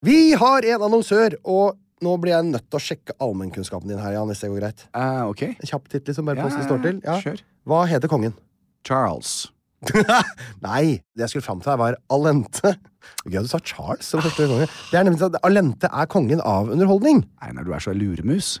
Vi har en annonsør, og nå blir jeg nødt til å sjekke allmennkunnskapen din her, Jan, hvis det går greit. Eh, ok. En kjapp titt, liksom, bare Ja, på hvordan det står til. Ja. kjør. Hva heter kongen? Charles. Nei, det jeg skulle fram til her, var Alente. Gøy at du sa Charles som første konge. Det er nemlig sånn at Alente er kongen av underholdning. Einar, du er så luremus.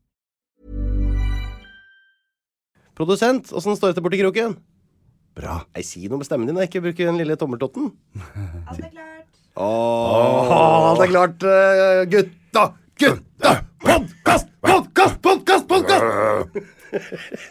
Produsent, åssen står dette borti kroken? Bra. Nei, Si noe med stemmen din, og ikke bruk den lille tommeltotten. Alt er klart. Åh, alt er klart, eh, gutta! Gutta! Podkast! Podkast! Podkast! Podkast!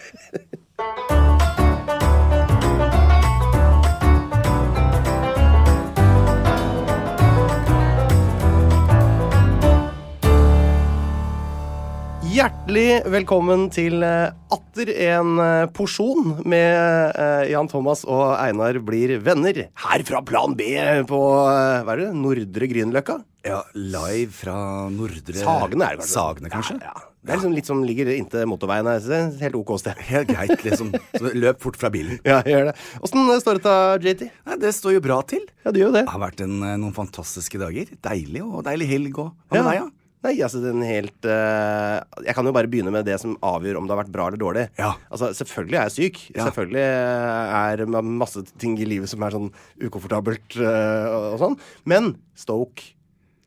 Hjertelig velkommen til eh, atter en eh, porsjon med eh, Jan Thomas og Einar blir venner. Her fra Plan B på eh, hva er det, Nordre Grünerløkka. Ja, live fra Nordre Sagene er det kanskje. Sagene, kanskje? Ja, ja. Det er liksom litt som ligger inntil motorveien her. så det er et Helt ok sted. Helt greit, liksom. Så løp fort fra bilen. Ja, gjør det. Åssen står det til, JT? Nei, det står jo bra til. Ja, det gjør jo det. Det har vært en, eh, noen fantastiske dager. Deilig og deilig helg og Hva med deg, ja? Nei, altså den helt eh, Jeg kan jo bare begynne med det som avgjør om det har vært bra eller dårlig. Ja. Altså, Selvfølgelig er jeg syk. Ja. Selvfølgelig eh, er det masse ting i livet som er sånn ukomfortabelt eh, og, og sånn. Men Stoke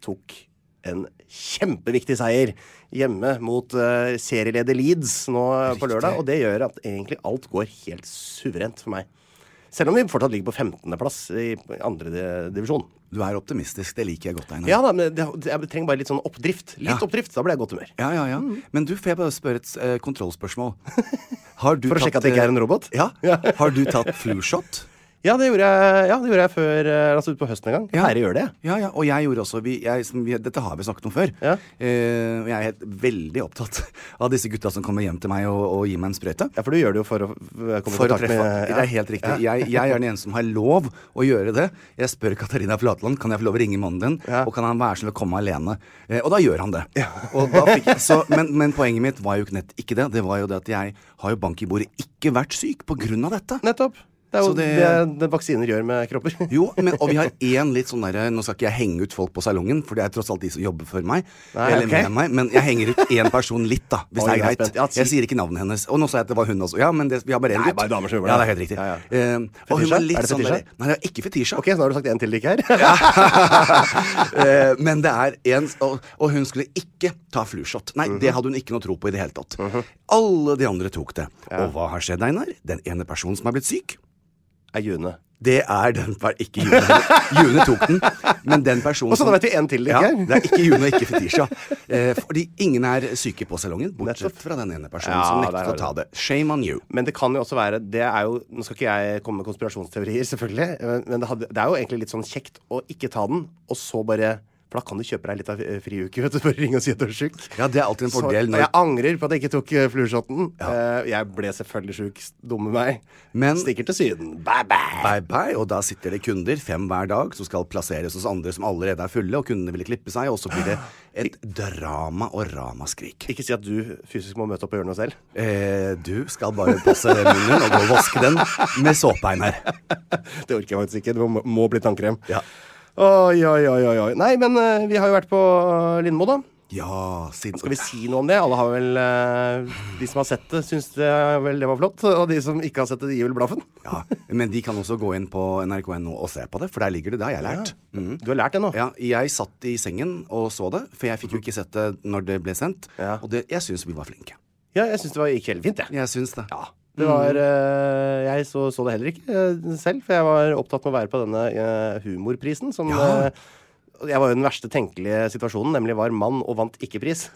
tok en kjempeviktig seier hjemme mot eh, serieleder Leeds nå eh, på lørdag. Og det gjør at egentlig alt går helt suverent for meg. Selv om vi fortsatt ligger på 15.-plass i andre di- divisjon. Du er optimistisk. Det liker jeg godt, Einar. Ja da, men det, det, jeg trenger bare litt sånn oppdrift. Litt Mm. Ja. oppdrift, da blir jeg i godt humør. Ja, ja, ja. Mm. Men du, får jeg bare spørre et eh, kontrollspørsmål? Har du For å tatt, sjekke at jeg ikke eh, er en robot? Ja. Ja. Har du tatt flushot? Ja, det gjorde jeg, ja, det gjorde jeg før eh, Altså ut på høsten en gang. Ja. Færre gjør det. Ja, ja. Og jeg gjorde også vi, jeg, som vi, Dette har vi snakket om før. Ja. Eh, og jeg er helt veldig opptatt av disse gutta som kommer hjem til meg og, og gir meg en sprøyte. Ja, for du gjør det jo for å eh, komme For i å kontakt treffe. med Det er helt riktig. Jeg, jeg er den eneste som har lov å gjøre det. Jeg spør Katarina Flatland kan jeg få lov å ringe mannen din, og kan han være snill å komme alene. Eh, og da gjør han det. Og da fikk, så, men, men poenget mitt var jo ikke nett ikke det. Det var jo det at jeg har jo bank i bordet ikke vært syk på grunn av dette. Nettopp. Det er jo Så det... det- Det, vaksiner gjør med kropper. Jo, men, og vi har én litt sånn derre Nå skal ikke jeg henge ut folk på salongen, for det er tross alt de som jobber for meg. Nei, eller ok. med meg Men jeg henger ut én person litt, da. Hvis Oi, det er jeg er greit. spent. Ja, si- Jeg sier ikke navnet hennes. Og nå sa jeg at det var hun også. Ja, men det, vi har bare én Nei, gutt. bare damer som jobber ja, det der. er helt riktig. Ja, ja. Eh, og hun Fetisja? var Er litt det sånn fetisja? derre- Nei, det er ikke fetisja. Ok, så nå har du sagt en til det ikke er. Eh, men det er en og, og hun skulle ikke ta flushot. Nei, Mhm. det hadde hun ikke noe tro på i det hele tatt. Alle de andre tok det. Og hva har skjedd, Einar? Den ene personen som er blitt syk, Er June. det er den per- Ikke June. June tok den. Men den personen Og så da vet vi en til det ikke ja, er. Det er ikke June og ikke Fetisha. Eh, fordi ingen er syke på salongen, bortsett fra den ene personen Ja, som der nektet har å ta det. Shame on you. Men det kan jo også være det er jo, Nå skal ikke jeg komme med konspirasjonsteorier, selvfølgelig. Men, men det, hadde, det er jo egentlig litt sånn kjekt å ikke ta den, og så bare For da kan du kjøpe deg litt av eh, friuke, vet du. Bare ringe og si at du er sjuk. Ja, det er alltid en Så- fordel når- Jeg angrer på at jeg ikke tok eh, flueshoten. Eh, jeg ble selvfølgelig sjuk. s- Dumme meg. Men- Stikker til Syden. Bye, bye. Bye bye, og da sitter det kunder, fem hver dag, som skal plasseres hos andre som allerede er fulle, og kundene ville klippe seg, og så blir det et drama og ramaskrik. Ikke si at du fysisk må møte opp og gjøre noe selv. Eh, du skal bare passe munnen og gå og vaske den med såpe, Einar. Det orker jeg faktisk ikke. Det må, må bli tannkrem. Ja. Oi, oi, oi, oi, oi. Nei, men eh, vi har jo vært på eh, Lindmo, da. Ja, siden Skal vi si noe om det? Alle har vel eh, De som har sett det, syns det, vel det var flott. Og de som ikke har sett det, de gir vel blaffen. ja, Men de kan også gå inn på nrk.no og se på det, for der ligger det. Det har jeg lært. Mm. Du har lært det nå. Ja, jeg satt i sengen og så det, for jeg fikk jo ikke sett det når det ble sendt. Ja. Og det, jeg syns vi var flinke. Ja, jeg syns det var, gikk helt fint, jeg. Jeg syns det. Det Mm. var, eh, jeg så, så det heller ikke eh, selv, for jeg var opptatt med å være på denne eh, humorprisen som eh, Jeg var jo i den verste tenkelige situasjonen, nemlig var mann og vant ikke-pris.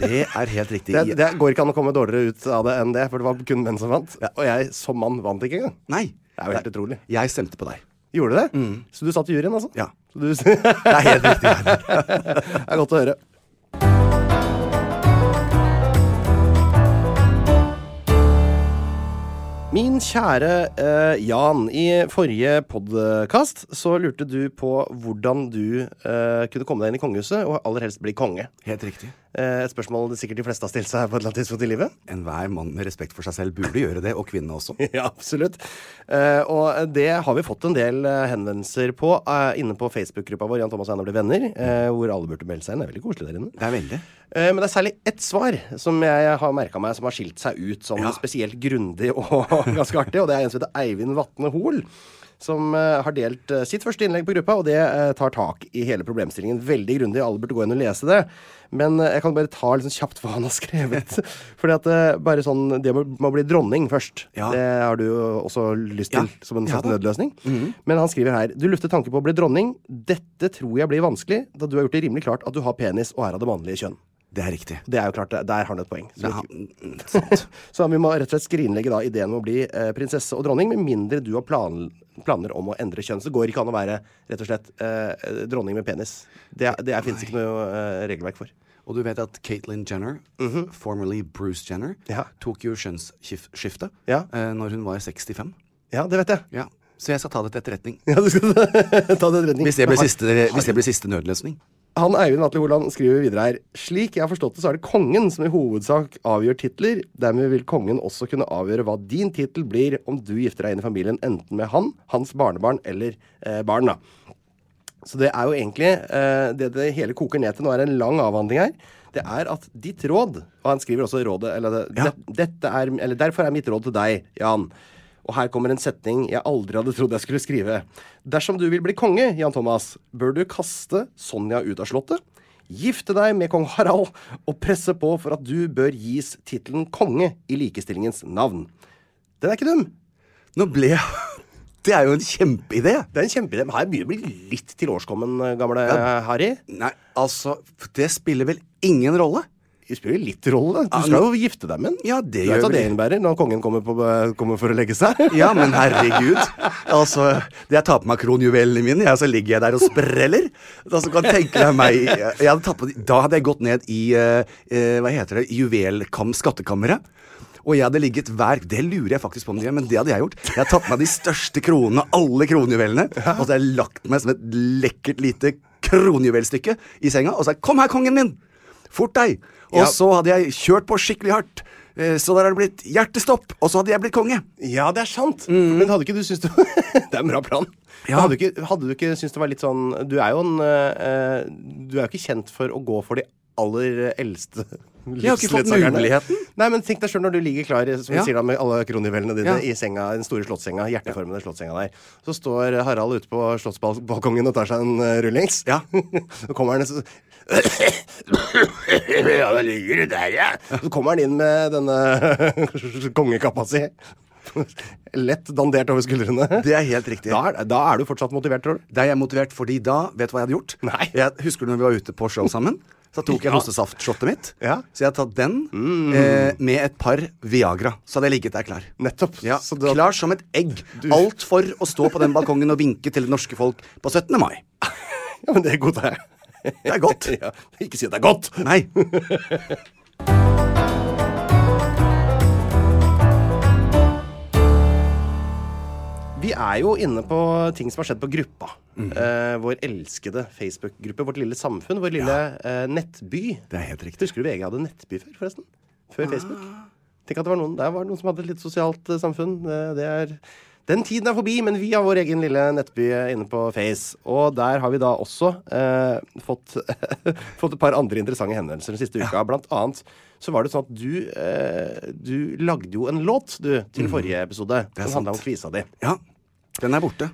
Det er helt riktig. det, det går ikke an å komme dårligere ut av det enn det, for det var kun menn som vant. Og jeg som mann vant ikke engang. Nei. Det er jo helt utrolig. Jeg stemte på deg. Gjorde du det? Så du satt i juryen, altså? Mm. Ja. Så du, det Det er helt riktig. Einar. er godt å høre. Min kjære eh, Jan, i forrige podkast så lurte du på hvordan du eh, kunne komme deg inn i kongehuset og aller helst bli konge. Helt riktig. Eh, et spørsmål det sikkert de fleste har stilt seg på et eller annet tidspunkt i livet. Enhver mann med respekt for seg selv burde gjøre det, og kvinne også. Ja, absolutt. Eh, og det har vi fått en del eh, henvendelser på eh, inne på Facebook-gruppa vår Jan Thomas og Einar blir venner, eh, hvor alle burde melde seg inn. Det er veldig koselig der inne. Det er veldig. Eh, men det er særlig ett svar som jeg har merka meg som har skilt seg ut som spesielt grundig og ganske artig, og det er en som heter Eivind Vatne Hoel. Som eh, har delt eh, sitt første innlegg på gruppa, og det eh, tar tak i hele problemstillingen veldig grundig. Alle burde gå inn og lese det. Men eh, jeg kan bare ta liksom, kjapt hva han har skrevet. Fordi at eh, bare sånn Det med å bli dronning først, Ja. det har du jo også lyst til Ja. som en Ja slags da. Mhm. nødløsning. Men han skriver her Du lufter tanken på å bli dronning. Dette tror jeg blir vanskelig, da du har gjort det rimelig klart at du har penis og er av det mannlige kjønn. Det er riktig. Det er jo klart, der har han et poeng. Så, Ja, vi- mm, sant. så vi må rett og slett skrinlegge da ideen om å bli eh, prinsesse og dronning, med mindre du har plan, planer om å endre kjønn. Så det går ikke an å være rett og slett eh, dronning med penis. Det, er- det er- finnes ikke noe eh, regelverk for. Og du vet at Caitlyn Jenner, formerly Bruce Jenner, Mhm. Ja. tok jo kjønnsskifte Ja. eh, når hun var 65. Ja, det vet jeg. Ja. Så jeg skal ta det til etterretning. Ja, du skal ta det redning. Hvis det blir siste, hvis det blir siste nødløsning. Han Eivind Atle Holand skriver videre her Slik jeg har forstått det, så er det kongen som i hovedsak avgjør titler. Dermed vil kongen også kunne avgjøre hva din tittel blir om du gifter deg inn i familien, enten med han, hans barnebarn eller eh, barn. da. Så det er jo egentlig eh, det det hele koker ned til. Nå er det en lang avhandling her. Det er at ditt råd Og han skriver også rådet eller, det- Ja. det, dette er, eller Derfor er mitt råd til deg, Jan. Og her kommer en setning jeg aldri hadde trodd jeg skulle skrive. Dersom du vil bli konge, Jan Thomas, bør du kaste Sonja ut av slottet, gifte deg med kong Harald og presse på for at du bør gis tittelen konge i likestillingens navn. Den er ikke dum. Nå ble jeg Det er jo en kjempeidé! Det er en kjempeidé. Men her begynner det å bli litt tilårskommen, gamle eh, Harry. Nei, altså Det spiller vel ingen rolle? Det spiller jo litt rolle. da. Ja, Du skal jo gifte deg med den. Ja, det du gjør vet hva vel- det innebærer når kongen kommer, på, kommer for å legge seg? Ja, men herregud. Altså, Jeg tar på meg kronjuvelene mine, jeg, så ligger jeg der og spreller. Altså, kan tenke deg meg jeg hadde tatt på, Da hadde jeg gått ned i eh, eh, hva heter det, juvelkam, skattkammeret. Og jeg hadde ligget hver Det lurer jeg faktisk på om de gjør, men det hadde jeg gjort. Jeg hadde tatt på meg de største kronene, alle kronjuvelene, og så hadde jeg lagt meg som et lekkert lite kronjuvelstykke i senga, og så sa jeg 'Kom her, kongen min'! Fort deg! Og Ja. så hadde jeg kjørt på skikkelig hardt. Eh, Så der har det blitt hjertestopp, og så hadde jeg blitt konge. Ja, det er sant. Men hadde ikke du syntes det Det er en bra plan. Mhm. Ja. Hadde, du ikke, hadde du ikke syntes det var litt sånn Du er jo en eh, Du er jo ikke kjent for å gå for de aller eldste har ikke fått livsledsagerne. muligheten. Nei, men tenk deg sjøl når du ligger klar som du Ja. sier da, med alle kronjuvelene dine Ja. i senga, den store slottssenga, hjerteformede slottssenga der. Så står Harald ute på slottsbalkongen og tar seg en eh, rullings. Ja. Så kommer han så, Ja, da ligger du der, ja. Så kommer han inn med denne kongekappa si. Lett dandert over skuldrene. Det er helt riktig. Da er, da er du fortsatt motivert, tror du? Da er jeg motivert, fordi da Vet du hva jeg hadde gjort? Nei. Jeg husker når vi var ute på show sammen. Så tok jeg hostesaftshottet mitt. Ja. Mm. Så jeg hadde tatt den eh, med et par Viagra. Så hadde jeg ligget der klar. Nettopp. Ja, Så da- Klar som et egg. Alt for å stå på den balkongen og vinke til det norske folk på 17. mai. Ja, men det godtar jeg. Det er godt. Ja, ikke si at det er godt! Nei. Vi er jo inne på ting som har skjedd på gruppa. Mhm. Eh, vår elskede Facebook-gruppe, vårt lille samfunn, vår lille eh, nettby. Det er helt riktig. Ah. Husker du VG hadde nettby før, forresten? Før Facebook? Tenk at det var noen, Der var det noen som hadde et litt sosialt eh, samfunn. Eh, det er, den tiden er forbi, men vi har vår egen lille nettby eh, inne på Face. Og der har vi da også eh, fått, fått et par andre interessante henvendelser den siste uka. Blant annet så var det sånn at du, eh, du lagde jo en låt du, til Mhm. forrige episode. Som handla om kvisa di. Ja. Den er borte.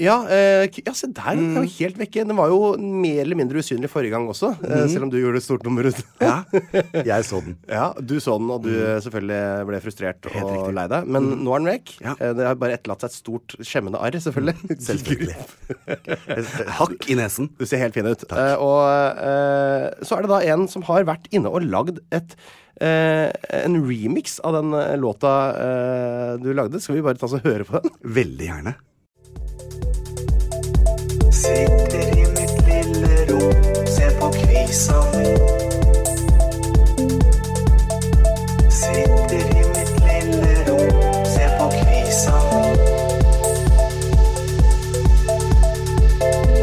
Ja, eh, k- ja, se der. Den Mm. var helt vekke. Den var jo mer eller mindre usynlig forrige gang også, eh, selv om du gjorde et stort nummer ut. Mm. Ja. Jeg så den. Ja, Du så den, og du eh, selvfølgelig ble frustrert og riktig. Mm. lei deg. Men nå er den vekk. Ja. Mm. Eh, Det har bare etterlatt seg et stort skjemmende arr, selvfølgelig. Hakk i nesen. Du ser helt fin ut. Eh, og eh, så er det da en som har vært inne og lagd et eh, en remix av den eh, låta eh, du lagde. Skal vi bare ta oss og høre på den? Veldig gjerne. Sitter i mitt lille rom, ser på kvisa mi. Sitter i mitt lille rom, ser på kvisa mi.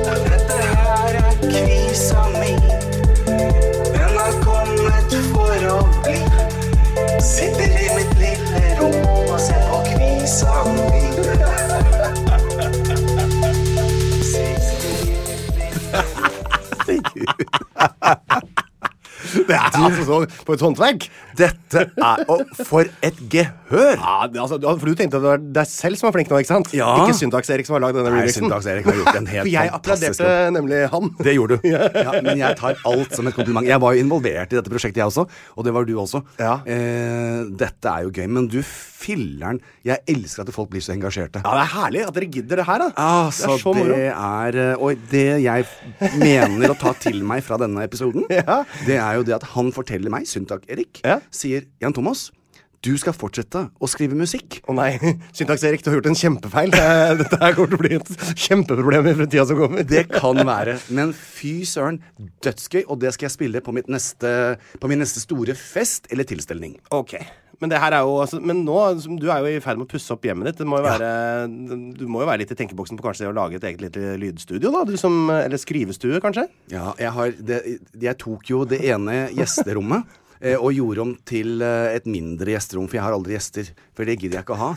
Men dette her er kvisa mi. Den har kommet for å bli. Sitter i mitt lille rom og ser på kvisa mi. Det er altså så på et håndverk! Dette er Og for et gehør! Ja, det, altså, du- for du tenkte at det var deg selv som var flink nå, ikke sant? Ja. Ikke Syntax-Erik som har lagd denne Nei, remixen. Syntax-Erik har gjort en helt For jeg fantastisk applauderte nemlig han. Det gjorde du. Ja, men jeg tar alt som et kompliment. Jeg var jo involvert i dette prosjektet, jeg også. Og det var du også. Ja. Eh, dette er jo gøy. Men du filler'n. Jeg elsker at folk blir så engasjerte. Ja, det er herlig at dere gidder det her, da. det er Altså, Ah, så moro. det er eh, Og det jeg f- mener å ta til meg fra denne episoden, Ja. det er jo det at han forteller meg, Syntak-Erik, Ja. sier Jan Thomas, du skal fortsette å skrive musikk. Å nei, Syntax-Erik, du har gjort en kjempefeil. Eh, Dette her kommer til å bli et kjempeproblem i fremtida som kommer. Det kan være. Men fy søren, dødsgøy. Og det skal jeg spille på, mitt neste, på min neste store fest eller tilstelning. Ok. Men det her er jo, altså, men nå, som- du er jo i ferd med å pusse opp hjemmet ditt. Det må jo være, Du må jo være litt i tenkeboksen på kanskje det å lage et eget lite lydstudio, da? Du som, eller skrivestue, kanskje? Ja, jeg, har, det, jeg tok jo det ene gjesterommet. eh, Og gjorde om til eh, et mindre gjesterom, for jeg har aldri gjester. For det gidder jeg ikke å ha.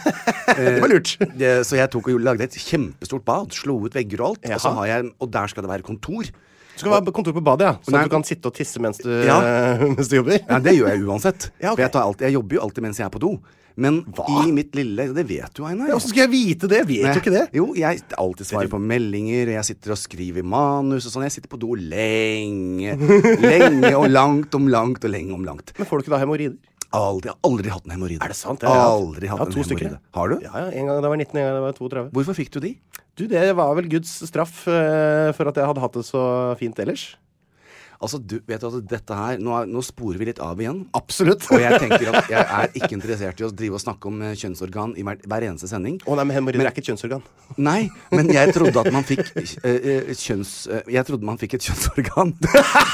Eh, var lurt. det- så jeg tok og lagde et kjempestort bad, slo ut vegger og alt. Og, så Jaha. har jeg, og der skal det være kontor. Du skal ha kontor på badet, ja. Sånn Nei. at du kan sitte og tisse mens du, Ja. mens du jobber. Ja, det gjør jeg uansett. Ja, ok. For jeg, tar alltid, jeg jobber jo alltid mens jeg er på do. Men i mitt lille Det vet du, Einar. Åssen skal jeg vite det? Jeg vet jo ikke det. Jo, jeg alltid svarer på meldinger, jeg sitter og skriver manus og sånn. Jeg sitter på do lenge. Lenge og langt om langt og lenge om langt. Men får du ikke da hemoroider? Aldri, jeg har aldri hatt en hemoroide. Er det sant? Jeg har hatt- Aldri jeg har hatt en hatt to stykker, hemoroide. Har du? Ja, ja. En gang da jeg var 19, en gang da jeg var 32. Hvorfor fikk du de? Du, det var vel Guds straff eh, for at jeg hadde hatt det så fint ellers. Altså, du, vet du at dette her nå, er, nå sporer vi litt av igjen. Absolutt. Og jeg tenker at jeg er ikke interessert i å drive og snakke om eh, kjønnsorgan i hver, hver eneste sending. Å nei, men hemoroider er ikke et kjønnsorgan. Nei, men jeg trodde at man fikk eh, eh, kjønns... eh, jeg trodde man fikk et kjønnsorgan.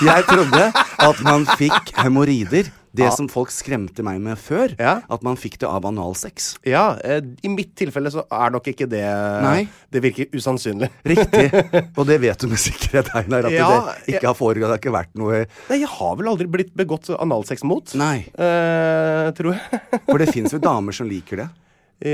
Jeg trodde at man fikk hemoroider. Det som folk skremte meg med før, Ja. at man fikk det av analsex. Ja, eh, I mitt tilfelle så er nok ikke det Nei. Det virker usannsynlig. Riktig. Og det vet du med sikkerhet, Einar, at Ja, det ikke har foregått. Det har ikke vært noe Nei, jeg har vel aldri blitt begått analsex mot. Nei. Eh, tror jeg. For det fins jo damer som liker det.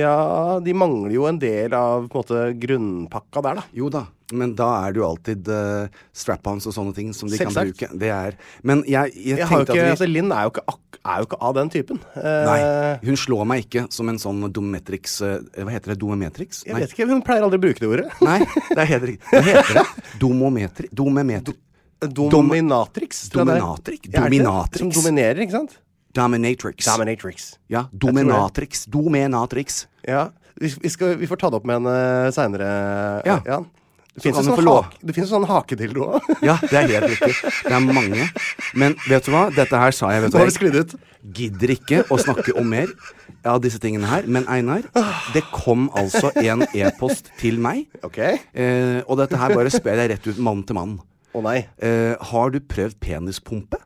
ja, de mangler jo en del av på en måte, grunnpakka der, da. Jo da, men da er det jo alltid eh, strap-ons og sånne ting som de kan Selvsagt. bruke. Det er Men jeg, jeg, Jeg har jo tenkte ikke, at vi altså, Linn er jo ikke, ak er jo ikke av den typen. Eh, Nei, hun slår meg ikke som en sånn dometrix eh, Hva heter det? Domemetrix? Jeg Nei. vet ikke, Hun pleier aldri å bruke det ordet. Nei, det er helt riktig. Hva heter det? Domometri... Domemetri... Dominatrix. tror jeg det er. Dominatrix? Ja, er det det? Som Dominatrix. dominerer, ikke sant? Dominatrix. Dominatrix. Ja, dominatrix. Domenatrix. Ja, vi, vi, skal, vi får ta det opp med henne seinere. Ja. Det fins jo kan hun sånn, få lov. hake, det finnes jo sånn hakedildo òg. Ja, det er helt riktig. Det er mange. Men vet du hva? Dette her sa jeg, vet du Nå har hva. det sklidd ut. gidder ikke å snakke om mer av disse tingene her. Men Einar, det kom altså en e-post til meg. Ok. Eh, og dette her bare spør jeg rett ut mann til mann. Å nei. Eh, har du prøvd penispumpe?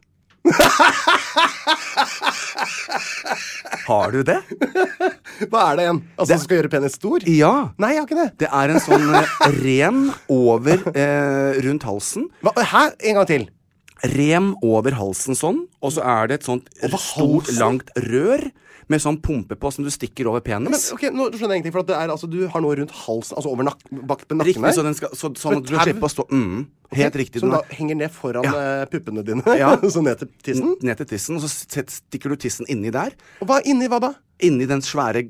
har du det? Hva er det igjen? Altså, som skal gjøre penis stor? Ja. Nei, jeg har ikke det. Det er en sånn eh, ren over eh, rundt halsen. Hva, hæ? En gang til. Rem over halsen sånn, og så er det et sånt stort, halsen? langt rør med sånn pumpe på som du stikker over penis. Men ok, nå skjønner jeg ingenting. For at det er, altså, du har noe rundt halsen, altså over nak bak på nakken Riktig, der. så den skal, så, Med sånn at du kan tau? slippe å stå mm, Helt riktig. Som da den er henger ned foran Ja. eh, puppene dine, Ja. så ned til tissen. n- ned til tissen, og så set- stikker du tissen inni der. Og hva inni hva da? Inni den svære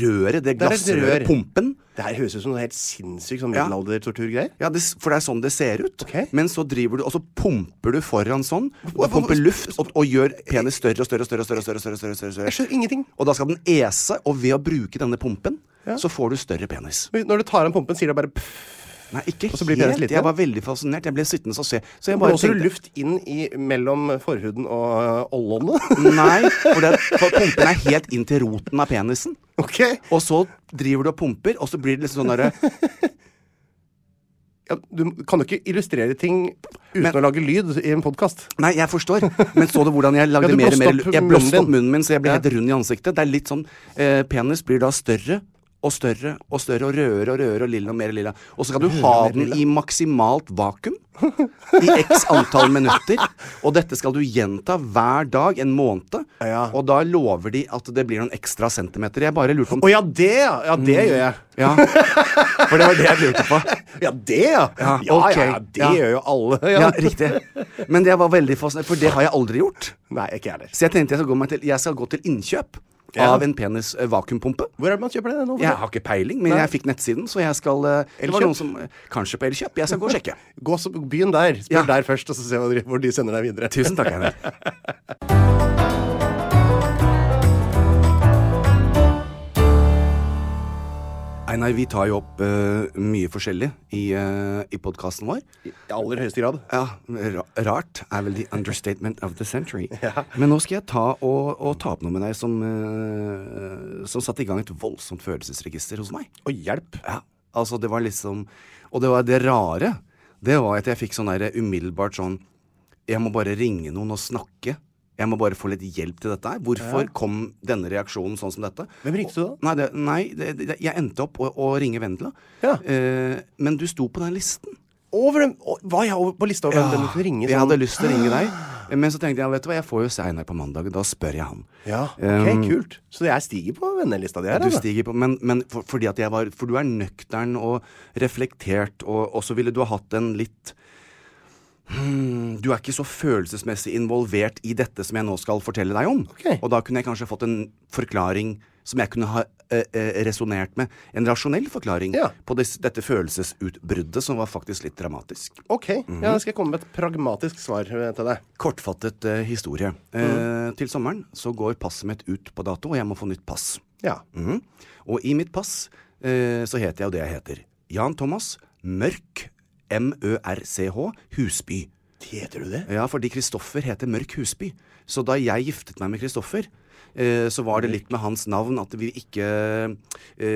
røret, det Der er et glassrøret, rør. pumpen. Det her høres ut som noe helt sinnssykt sånn Ja. middelaldertorturgreier. Ja, det, s- For det er sånn det ser ut. Ok. Men så driver du, og så pumper du foran sånn. Du Hva- hva- pumper luft og, og gjør penis større og større og større. og større, og større, og større, og større, og større, og Jeg større. skjønner ingenting. Og da skal den ese, og ved å bruke denne pumpen, så får du større penis. Men Når du tar av pumpen, sier det bare pff, Nei, ikke så blir penis helt. liten? Jeg var veldig fascinert. Jeg ble sittende og se. Så jeg bare Blåser du tenkte- luft inn i mellom forhuden og øh, ollene? Nei, for, det, for pumpen er helt inn til roten av penisen. ok. Og så driver du og pumper, og så blir det liksom sånn derre Ja, du kan jo ikke illustrere ting uten Men- å lage lyd i en podkast. Nei, jeg forstår. Men så du hvordan jeg lagde Ja, du mer og mer blåste opp Jeg blåste opp munnen din. munnen min, så jeg ble Ja. helt rund i ansiktet. Det er litt sånn eh, Penis blir da større og større og større og rødere og rødere og lilla og mer lilla. Og så skal du ha den i maksimalt vakuum i x antall minutter. Og dette skal du gjenta hver dag en måned. Ja. Og da lover de at det blir noen ekstra centimeter. Jeg bare lurte på om Å ja, det ja! Ja, det gjør jeg. Ja. For det var det jeg lurte på. Ja, det ja! Ja, Ja, ja, ok. ja, det Ja. gjør jo alle. Ja. Ja, riktig. Men det var veldig fascinerende, for det har jeg aldri gjort. Nei, ikke jeg heller. Så jeg tenkte jeg skal gå, meg til, jeg skal gå til innkjøp Ja. av en penisvakuumpumpe. Hvor er det man kjøper det nå? Jeg har ikke peiling, men jeg fikk nettsiden, så jeg skal eh, Det Elkjøp? var noen som eh, Kanskje på Elkjøp. Jeg skal gå og sjekke. Gå så Begynn der. Spør Ja. der først, og så se hvor de- hvor de sender deg videre. Tusen takk, Einar. Einar, vi tar jo opp eh, mye forskjellig i, eh, i podkasten vår. I aller høyeste grad. Ja, ra rart er vel the understatement of the century. Men nå skal jeg ta og, og ta opp noe med deg som, eh, som satte i gang et voldsomt følelsesregister hos meg. Å, hjelp! Ja, altså det var liksom Og det var det rare, det var at jeg fikk sånn derre umiddelbart sånn Jeg må bare ringe noen og snakke. Jeg må bare få litt hjelp til dette her. Hvorfor kom denne reaksjonen sånn som dette? Hvem ringte du da? Nei, det, nei det, det, jeg endte opp å, å ringe Vendela. Ja. Eh, men du sto på den listen. Over den, å, var jeg over på lista over hvem Ja, den kunne ringe? Ah, Jeg sånn? hadde lyst til å ringe deg, men så tenkte jeg vet du hva, jeg får jo se Einar på mandag, da spør jeg han. Ja, ok, Um, kult. Så jeg stiger på vennelista di her? Du altså. stiger på, men, men for, fordi at jeg var For du er nøktern og reflektert, og, og så ville du ha hatt en litt hmm, Du er ikke så følelsesmessig involvert i dette som jeg nå skal fortelle deg om. Ok. Og da kunne jeg kanskje fått en forklaring som jeg kunne ha eh, eh, resonnert med. En rasjonell forklaring Ja. på dis- dette følelsesutbruddet, som var faktisk litt dramatisk. Ok, Mhm. ja, da skal jeg komme med et pragmatisk svar eh, til deg. Kortfattet eh, historie. Eh, til sommeren så går passet mitt ut på dato, og jeg må få nytt pass. Ja. Mhm. Og i mitt pass eh, så heter jeg jo det jeg heter. Jan Thomas Mørk M-Ø-R-C-H Husby. Heter du det? Ja, fordi Kristoffer heter Mørk Husby. Så da jeg giftet meg med Kristoffer, eh, så var det litt med hans navn at vi ikke eh,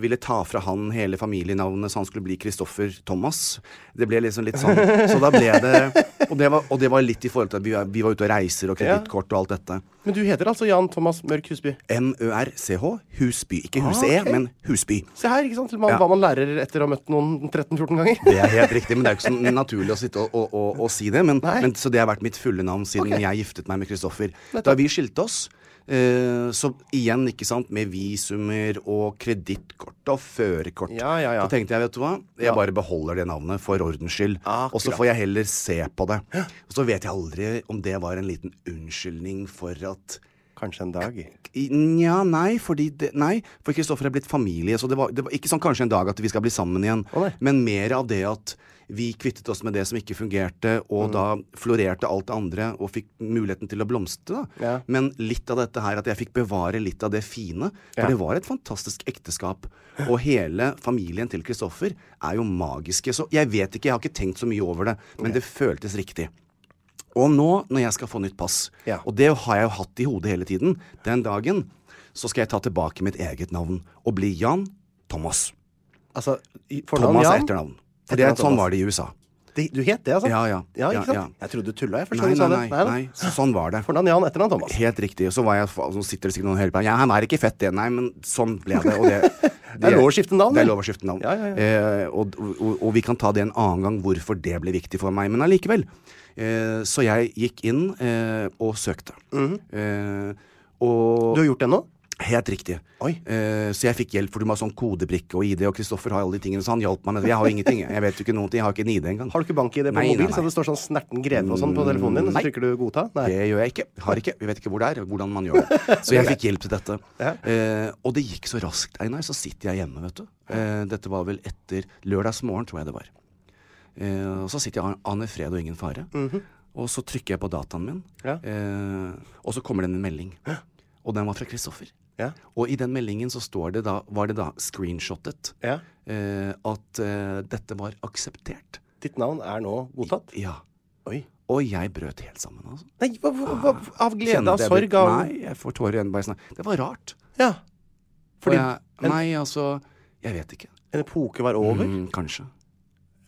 ville ta fra han hele familienavnet, så han skulle bli Kristoffer Thomas. Det ble liksom litt sånn. Så da ble det Og det var, og det var litt i forhold til at vi, var- vi var ute og reiser og kredittkort og alt dette. Men du heter altså Jan Thomas Mørk Husby. M-ø-r-c-h, Husby. Ikke Huse, Ah, ok. men Husby. Se her, ikke sant? Man, Ja. Hva man lærer etter å ha møtt noen 13-14 ganger. Det er helt riktig, men det er jo ikke så naturlig å sitte og, og, og, og si det. Men, Nei. men, så det har vært mitt fulle navn siden Ok. jeg giftet meg med Kristoffer. Da vi skilte oss, eh, så igjen, ikke sant, med visumer og kredittkort og førerkort. Ja, ja, ja. Så tenkte jeg, vet du hva, jeg bare beholder det navnet for ordens skyld. Akkurat. Og så får jeg heller se på det. Og så vet jeg aldri om det var en liten unnskyldning for at Kanskje en dag. i- Nja, nei, fordi det, Nei, for Kristoffer er blitt familie, så det var, det var ikke sånn kanskje en dag at vi skal bli sammen igjen, Å, nei. men mer av det at vi kvittet oss med det som ikke fungerte, og Mm. da florerte alt det andre og fikk muligheten til å blomstre. Da. Ja. Men litt av dette her, at jeg fikk bevare litt av det fine, for Ja. det var et fantastisk ekteskap. Og hele familien til Kristoffer er jo magiske, så jeg vet ikke, jeg har ikke tenkt så mye over det, men det føltes riktig. Og nå, når jeg skal få nytt pass, Ja. og det har jeg jo hatt i hodet hele tiden, den dagen så skal jeg ta tilbake mitt eget navn og bli Jan Thomas. Altså, i- fornavn Thomas er Jan. etternavn. For det, Etternavn sånn Thomas. var det i USA. Det- Du het det, altså? Ja, ja. Ja, ikke sant? ja. Jeg trodde du tulla, jeg. Først Nei, gang du sa nei, det. nei, Nei da. nei. så- Sånn var det. Fornavn Jan, etternavn Thomas. Helt riktig. Og så var jeg fa- så sitter det sikkert noen og hører på. Ja, han er ikke fett, det. Nei, men sånn ble det. Og det, Det er lov å skifte navn, Det vel? er lov å skifte navn. Ja, ja, ja. Eh, og, og, og vi kan ta det en annen gang hvorfor det ble viktig for meg, men allikevel. Eh, så jeg gikk inn eh, og søkte. eh, og Mhm. Du har gjort det nå? Helt riktig. Oi. Eh, så jeg fikk hjelp, for du må ha sånn kodebrikke og ID, og Kristoffer har alle de tingene, så han hjalp meg med det. Jeg har jo ingenting. Jeg vet jo ikke noen ting. Jeg har ikke en ID engang. Har du ikke bank-ID på Nei, nei, mobil, nei. så det står sånn Snerten Greve og sånn på telefonen din, og så Nei. trykker du 'godta'? Nei. Det gjør jeg ikke. Har ikke. Vi vet ikke hvor det er, hvordan man gjør det. Så jeg fikk hjelp til dette. Ja. Eh, og det gikk så raskt, Einar. Så sitter jeg hjemme, vet du. Eh, dette var vel etter lørdagsmorgen, tror jeg det var. Eh, og så sitter jeg og aner fred og ingen fare. Og så trykker jeg på dataen min, Mhm. Ja. eh, og så kommer det en melding. Og den var fra Kristoffer. Ja. Og i den meldingen så står det da, var det da screenshottet Ja. eh, at eh, dette var akseptert. Ditt navn er nå godtatt? Ja. Oi. Og jeg brøt helt sammen, altså. Nei, hva, hva, hva, av glede, Kjente av at jeg sorg, brøt- av Nei, jeg får tårer igjen bare jeg snakker. Det var rart. Ja. Fordi Fordi jeg, Nei, altså Jeg vet ikke. en epoke var over? Mm, kanskje.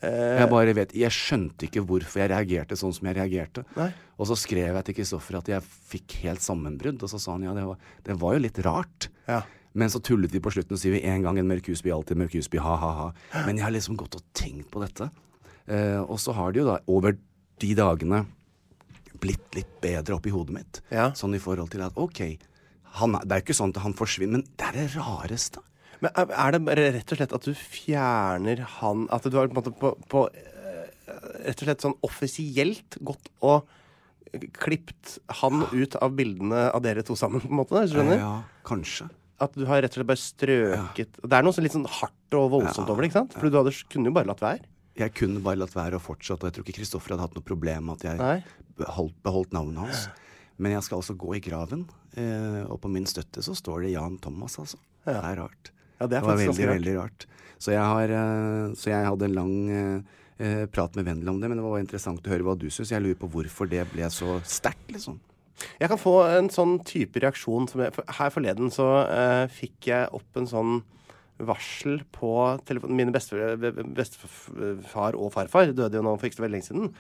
Eh. Jeg bare vet Jeg skjønte ikke hvorfor jeg reagerte sånn som jeg reagerte. Nei. Og så skrev jeg til Kristoffer at jeg fikk helt sammenbrudd, og så sa han ja, det var, det var jo litt rart. Ja. Men så tullet vi på slutten og sier vi en gang en mørk husby, alltid en mørk husby, ha, ha, ha. Men jeg har liksom gått og tenkt på dette. Eh, og så har det jo da over de dagene blitt litt bedre oppi hodet mitt. Ja. Sånn i forhold til at ok, han, er- det er jo ikke sånn at han forsvinner, men det er det rareste. Men er- er det bare rett og slett at du fjerner han At du har på en måte på, på eh, Rett og slett sånn offisielt gått og klippet han ut av bildene av dere to sammen, på en måte? Skjønner? Ja, kanskje. At du har rett og slett bare strøket Det er noe sånn litt sånn hardt og voldsomt over det, ikke sant? For du hadde, kunne jo bare latt være. Jeg kunne bare latt være og fortsatt, og jeg tror ikke Kristoffer hadde hatt noe problem med at Nei. jeg beholdt, beholdt navnet hans. Men jeg skal altså gå i graven, eh, og på min støtte så står det Jan Thomas, altså. Det er rart. Ja, det er var faktisk veldig, ganske rart. veldig rart. Så jeg, har, eh, så jeg hadde en lang eh, eh, prat med Vendel om det, men det var interessant å høre hva du syns. Jeg lurer på hvorfor det ble så sterkt, liksom. Jeg kan få en sånn type reaksjon som jeg, for Her forleden så eh, fikk jeg opp en sånn varsel på telefonen Mine bestefar bestefar og farfar døde jo nå for ikke så veldig lenge siden.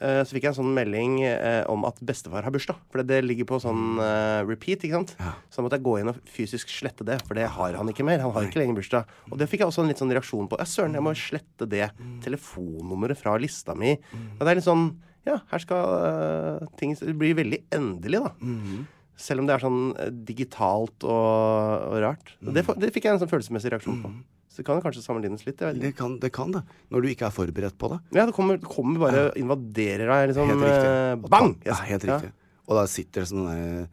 Eh, så fikk jeg en sånn melding eh, om at bestefar har bursdag. For det, det ligger på sånn eh, repeat, ikke sant. Så da måtte jeg gå inn og fysisk slette det, for det har han ikke mer. Han har ikke lenger bursdag. Og det fikk jeg også en litt sånn reaksjon på. Ja, søren, jeg må slette det telefonnummeret fra lista mi. Ja, det er litt sånn ja, her skal eh, ting Det blir veldig endelig, da. Selv om det er sånn eh, digitalt og, og rart. Og Det, får- det fikk jeg en sånn følelsesmessig reaksjon på. Så det kan jo kanskje sammenlignes litt. Jeg vet. ikke. Det kan, det kan det, når du ikke er forberedt på det. Ja, det kommer, det kommer bare og invaderer deg. Liksom, Helt eh, riktig. bang! Ja, helt riktig. Og da sitter det sånn eh,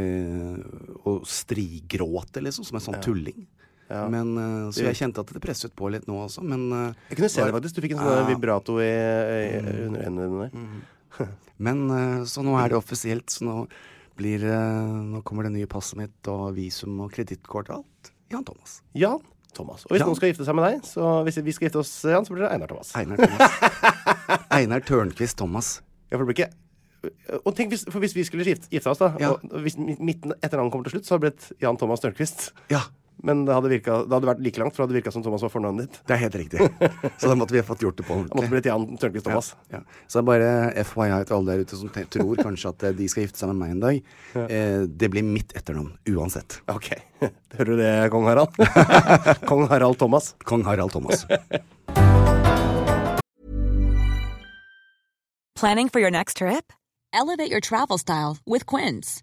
eh, og strigråter, liksom, som en sånn tulling. Men, eh, så jeg kjente at det presset på litt nå også, men eh, Jeg kunne se det var- faktisk. Du fikk en sånn Ja. vibrato i, i, under hendene dine. Men eh, så nå er det offisielt, så nå blir eh, Nå kommer det nye passet mitt og visum og kredittkort og alt. Jan Thomas. Jan Thomas. Og hvis Jan. noen skal gifte seg med deg, så hvis vi skal gifte oss, Jan, så blir det Einar Thomas. Einar Thomas. Einar Tørnquist Thomas. Ja, for det blir ikke og tenk hvis, for hvis vi skulle gifte, gifte oss, da Ja. og og Hvis mi- mitt etternavn kommer til slutt, så hadde det blitt Jan Thomas Tørnquist. Ja. Men det hadde, virka, det hadde vært like langt, for det hadde virka som Thomas var fornavnet ditt. Det er helt riktig. Så da måtte vi ha fått gjort det på Det måtte ordentlig. blitt Jan Tørnquist Thomas. Ja. Så det er bare FYI til alle der ute som te- tror kanskje at eh, de skal gifte seg med meg en dag. Eh, det blir mitt etternavn uansett. Ok. Hører du det, kong Harald? kong Harald Thomas. Kong Harald Thomas. Planning for your next trip? Elevate your travel style with Quince.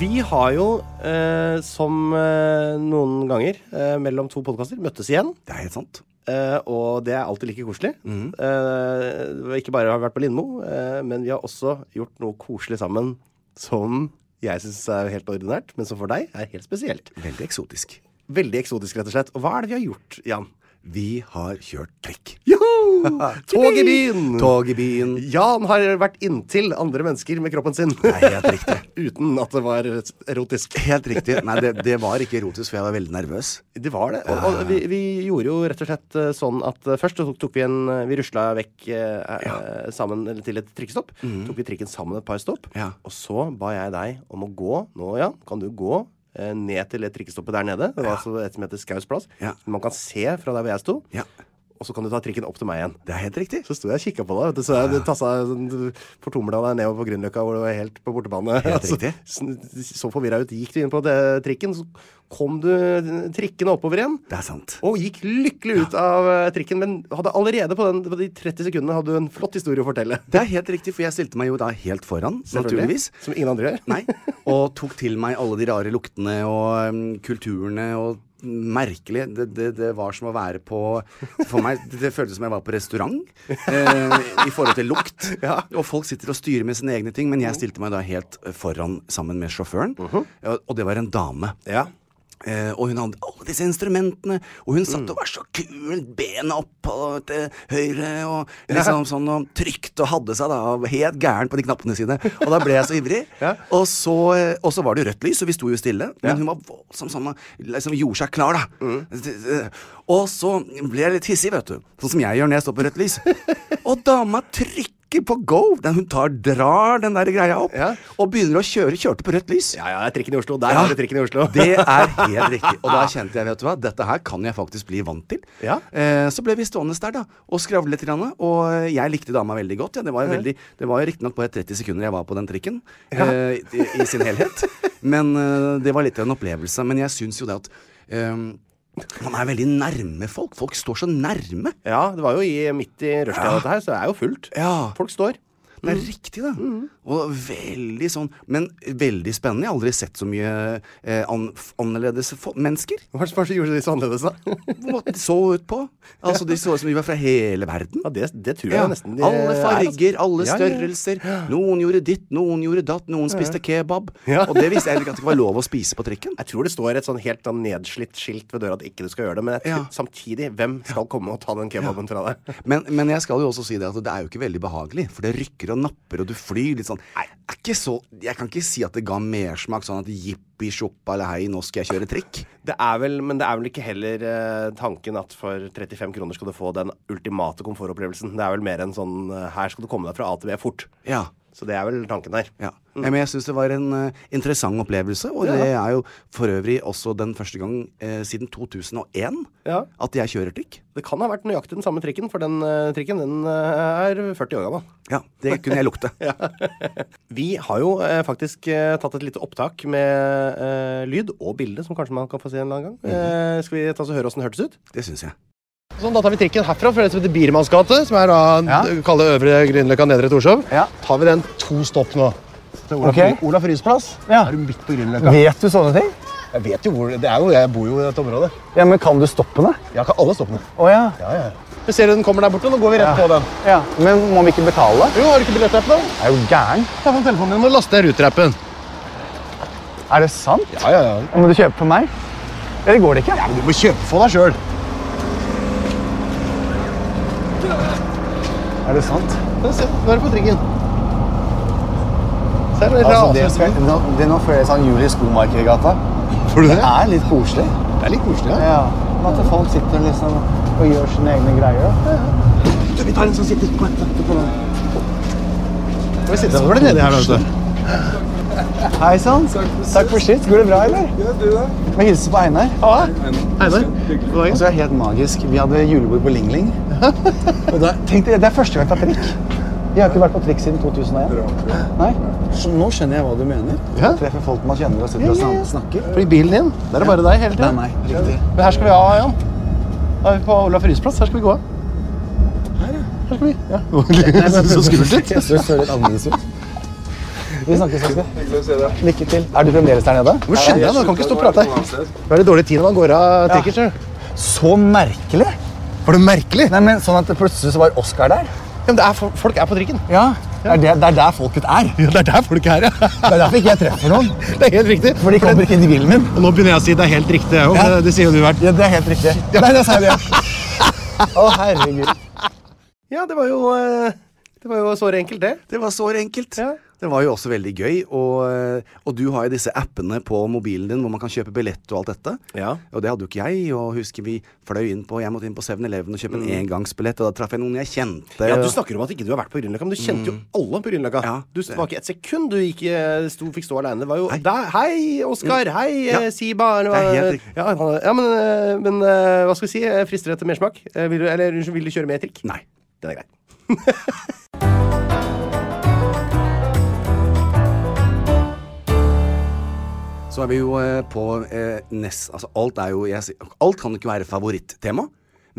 Vi har jo, eh, som eh, noen ganger eh, mellom to podkaster, møttes igjen. Det er helt sant. Eh, og det er alltid like koselig. Eh, ikke bare har vi vært på Lindmo, eh, men vi har også gjort noe koselig sammen som jeg syns er helt ordinært, men som for deg er helt spesielt. Veldig eksotisk. Veldig eksotisk, rett og slett. Og hva er det vi har gjort, Jan? Vi har kjørt trikk. Tog i byen! Tog i byen. Jan har vært inntil andre mennesker med kroppen sin. Det er helt riktig. Uten at det var erotisk. Helt riktig. Nei, det, det var ikke erotisk, for jeg var veldig nervøs. Det var det. Og, og vi, vi gjorde jo rett og slett eh, sånn at eh, først så tok, tok vi en eh, Vi rusla vekk eh, eh, sammen eller til et trikkestopp. Tok vi trikken sammen et par stopp. Mhm. Ja. Og så ba jeg deg om å gå nå, Jan. Kan du gå eh, ned til det trikkestoppet der nede? Det var altså et som heter Skaus plass. Ja. som Man kan se fra der hvor jeg sto. Ja. Og så kan du ta trikken opp til meg igjen. Det er helt riktig. Så sto jeg og kikka på deg, vet du, så jeg tassa sånn, fortumla deg nedover på Grünerløkka hvor du var helt på bortebane. Helt riktig. sn- så forvirra ut. Gikk du inn på det, trikken, så kom du trikkene oppover igjen. Det er sant. Og gikk lykkelig ut av eh, trikken, men hadde allerede på, den, på de 30 sekundene hadde du en flott historie å fortelle. Det er helt riktig, for jeg stilte meg jo da helt foran, Selvfølgelig. naturligvis. Som ingen andre gjør. Nei. Og tok til meg alle de rare luktene og mm, kulturene og merkelig det, det, det var som å være på For meg det, det føltes som jeg var på restaurant eh, i forhold til lukt. Og folk sitter og styrer med sine egne ting, men jeg stilte meg da helt foran sammen med sjåføren, og, og det var en dame. Ja. Eh, og hun hadde alle disse instrumentene, og hun satt og var så kul, bena opp på til høyre, og liksom sånn og trygt og hadde seg da og helt gæren på de knappene sine. Og da ble jeg så ivrig. og, så, eh, og så var det jo rødt lys, og vi sto jo stille, men hun var voldsom sånn og liksom gjorde seg klar, da. Eh, Og så ble jeg litt hissig, vet du. Sånn som jeg gjør når jeg står på rødt lys. og dama trykker på go. Den, hun tar, drar den der greia opp, Ja. og begynner å kjøre. Kjørte på rødt lys. Ja, ja, det er trikken i Oslo. Der Ja. er det trikken i Oslo. Det er helt riktig. Og da kjente jeg, vet du hva, dette her kan jeg faktisk bli vant til. Ja. Eh, så ble vi stående der, da, og skravle litt. Grann, og jeg likte dama veldig godt. Ja. Det var jo veldig- det var jo riktignok bare 30 sekunder jeg var på den trikken eh, i, i sin helhet. Men eh, det var litt av en opplevelse. Men jeg syns jo det at eh, man er veldig nærme folk. Folk står så nærme. Ja, det var jo i, midt i rushtida, dette her, så det er jo fullt. Ja. Folk står. Det er riktig, det. Og veldig sånn Men veldig spennende. Jeg har aldri sett så mye eh, an, f- annerledes fo- mennesker. Hva var det som gjorde det så annerledes, da? Hva de så ut på. Altså, De så ut som de var fra hele verden. Ja, det, det tror jeg Ja, nesten det alle er, farger, alle Ja, ja, ja. størrelser. Noen gjorde ditt, noen gjorde datt, noen spiste kebab. Ja. Og det visste jeg heller ikke at det var lov å spise på trikken. Jeg tror det står et sånn helt sånn nedslitt skilt ved døra at ikke du skal gjøre det, men jeg tror, Ja. samtidig, hvem skal komme og ta den kebaben fra deg? Men, men jeg skal jo også si det at det er jo ikke veldig behagelig, for det rykker og napper, og du flyr litt sånn Nei, er ikke så Jeg kan ikke si at det ga mersmak sånn at jippi sjoppa eller hei, nå skal jeg kjøre trikk. Det er vel, men det er vel ikke heller eh, tanken at for 35 kroner skal du få den ultimate komfortopplevelsen. Det er vel mer en sånn eh, her skal du komme deg fra A til B fort. Ja. Så det er vel tanken her. Ja. Mm. Nei, Men jeg syns det var en eh, interessant opplevelse, og det er jo for øvrig også den første gang eh, siden 2001 Ja. at jeg kjører trikk. Det kan ha vært nøyaktig den samme trikken, for den eh, trikken den eh, er 40 år gammel. Ja, det kunne jeg lukte. Vi har jo eh, faktisk eh, tatt et lite opptak med eh, lyd og bilde, som kanskje man kan få se en eller annen gang. Eh, skal vi ta oss og høre åssen det hørtes ut? Det syns jeg. Sånn, da tar vi trikken herfra fra det som heter Biermanns gate, som er da Ja. vi kaller det Øvre Grünerløkka, Nedre Torshov. Ja. Tar vi den to stopp nå. Så Olaf, Ok. Olaf Ryes plass. Ja. Er du midt på Grünerløkka? Vet du sånne ting? Jeg vet jo hvor det er jo, jeg bor jo i dette området. Ja, men kan du stoppe det? Jeg kan alle stoppene. Å ja. Ja, ja. Vi ser den kommer der borte, nå går vi rett på den. Men må vi ikke betale? Jo, har du ikke billettappen da? Er du gæren? Ta fram telefonen din og last ned Ruter-appen. Er det sant? Ja, ja, ja. Må du kjøpe for meg? Eller går det ikke? Du må kjøpe for deg sjøl. Er det sant? Nå er du på trikken. Ser du, Altså, det, raser skal, ut. nå, det nå føler jeg sånn jul i skomakergata. Får du det? Det er litt koselig. Det er litt koselig. Ja. Ja. At folk sitter liksom og gjør sine egne greier. da. Vi tar en som sitter på etterpå. Skal vi sitte over det nedi her, vet sånn. du? Hei sann. Takk for sist. Går det bra, eller? Ja, du da? Må hilse på Einar. Ah. Einar? Og så er det helt magisk. Vi hadde julebord på Ling Ling. Og da, tenk deg, det er første gang jeg tar trikk. Jeg har ikke vært på trikk siden 2001. Nei. Så nå skjønner jeg hva du mener. Ja. Treffer folk man kjenner og sitter og snak- snakker. Fordi bilen din, der er det bare deg hele Det er tiden. meg. Riktig. Men her skal vi av igjen. Da er vi på Olaf Ryes plass. Her skal vi gå av. Her skal vi. Ja. Jeg synes det så skummelt ut. Jeg synes det høres annerledes ut. Vi snakkes, Aske. Lykke til. Er du fremdeles der nede? Hvor skjønner jeg? Du kan ikke stå og prate her. Det er litt dårlig tid når man går av trikken, ser du. Så merkelig! Var det merkelig? Nei, men Sånn at det plutselig så var Oskar der? Ja, men det er, fol- folk er på trikken. Ja. Det er, det, det er der folket er. Ja, det er der folk er, ja. Det er derfor ikke jeg treffer noen. Det er helt riktig. For de kommer ikke inn i bilen min. Og Nå begynner jeg å si det er helt riktig, jeg òg. Ja. Det, det sier jo du hvert. Ja, Det er helt riktig. Nei, det sa jeg det. Å, herregud. Ja, det var jo eh, Det var jo såre enkelt, det. Det var såre enkelt. Ja. Det var jo også veldig gøy. Og, eh, og du har jo disse appene på mobilen din hvor man kan kjøpe billett og alt dette. Ja. Og det hadde jo ikke jeg. Og husker vi fløy inn på Jeg måtte inn på 7-Eleven og kjøpe en Mm. engangsbillett, og da traff jeg noen jeg kjente. Ja, Du og- snakker om at ikke du har vært på Grünerløkka, men du kjente jo alle på Grünerløkka. Ja, du det- var ikke et sekund du gikk, eh, sto, fikk stå aleine. Det var jo der, Hei, Oskar! Hei, eh, Ja. Siba! eller Det er hva- helt riktig. ja, han- ja, men, eh, men eh, hva skal vi si? Eh, Frister det til mersmak? Eh, Vil du, eller unnskyld, vil du kjøre mer trikk? Nei. Den er grei. Så er vi jo eh, på eh, nest Altså alt er jo jeg, sier- Alt kan ikke være favorittema.